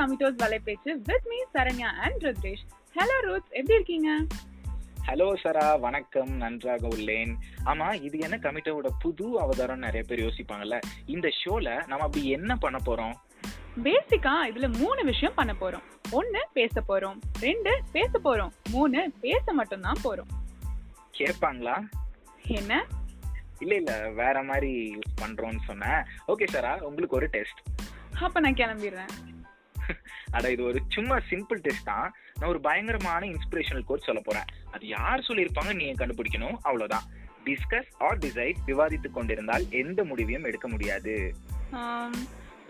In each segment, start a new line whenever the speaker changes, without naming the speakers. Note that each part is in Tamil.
கமிட்டோஸ் வலைபேச்சு with me Saranya and Rudresh hello ரூத் எப்படி இருக்கீங்க
ஹலோ சரா வணக்கம் நன்றாக உள்ளேன் ஆமா இது என்ன கமிட்டோட புது அவதாரம் நிறைய பேர் யோசிப்பாங்கல்ல இந்த ஷோல நம்ம அப்படி என்ன பண்ண போறோம்
பேசிக்கா இதுல மூணு விஷயம் பண்ண போறோம் ஒன்னு பேச போறோம் ரெண்டு பேச போறோம் மூணு பேச மட்டும்தான் போறோம்
கேட்பாங்களா
என்ன
இல்ல இல்ல வேற மாதிரி பண்றோம்னு சொன்னேன் ஓகே சரா உங்களுக்கு ஒரு டெஸ்ட்
அப்ப நான் கிளம்பிடுறேன்
அட இது ஒரு சும்மா சிம்பிள் டெஸ்ட் தான் நான் ஒரு பயங்கரமான இன்ஸ்பிரேஷனல் கோட் சொல்ல போறேன் அது யார் சொல்லியிருப்பாங்க நீங்க கண்டுபிடிக்கணும் அவ்வளவுதான் டிஸ்கஸ் ஆர் டிசைட் விவாதித்துக் கொண்டிருந்தால் எந்த முடிவையும் எடுக்க முடியாது
ஆம்,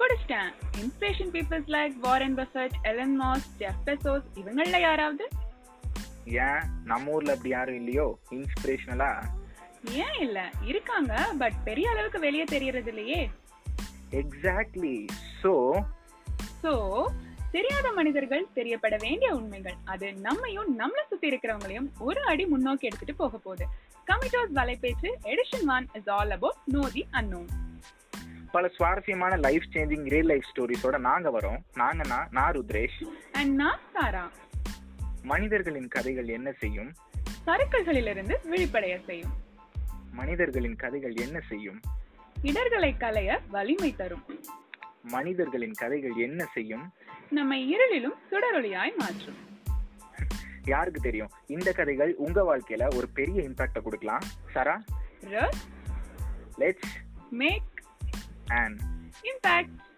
பிடிச்சிட்டேன் inspiration peoples like Warren Buffett Elon Musk Jeff Bezos இவங்கள யாராவது
ஏன் நம்ம ஊர்ல அப்படி யாரும் இல்லையோ இன்ஸ்பிரேஷனலா
ஏன் இல்ல இருக்காங்க பட் பெரிய அளவுக்கு வெளியே தெரியறது இல்லையே
எக்ஸாக்ட்லி ஸோ
சோ தெரியாத மனிதர்கள் தெரியப்பட வேண்டிய உண்மைகள் அது நம்மையும் நம்மள சுத்தி இருக்கிறவங்களையும் ஒரு அடி முன்னோக்கி எடுத்துட்டு போக போகுது கமிட்டோஸ் வலைபேச்சு edition one is all about know the unknown
பல சுவாரஸ்யமான லைஃப் சேஞ்சிங் ரியல் லைஃப் ஸ்டோரிஸோட நாங்க வரோம் நாங்கன்னா நான் ருத்ரேஷ்
அண்ட் நான் சாரா
மனிதர்களின் கதைகள் என்ன செய்யும்
சறுக்கல்களிலிருந்து விழிப்படைய செய்யும்
மனிதர்களின் கதைகள் என்ன செய்யும்
இடர்களை களைய வலிமை தரும்
மனிதர்களின் கதைகள் என்ன செய்யும்
நம்மை இருளிலும் சுடரொளியாய் மாற்றும்
யாருக்கு தெரியும் இந்த கதைகள் உங்க வாழ்க்கையில ஒரு பெரிய இம்பாக்ட கொடுக்கலாம் சரா
Rust,
let's
make,
and
impact.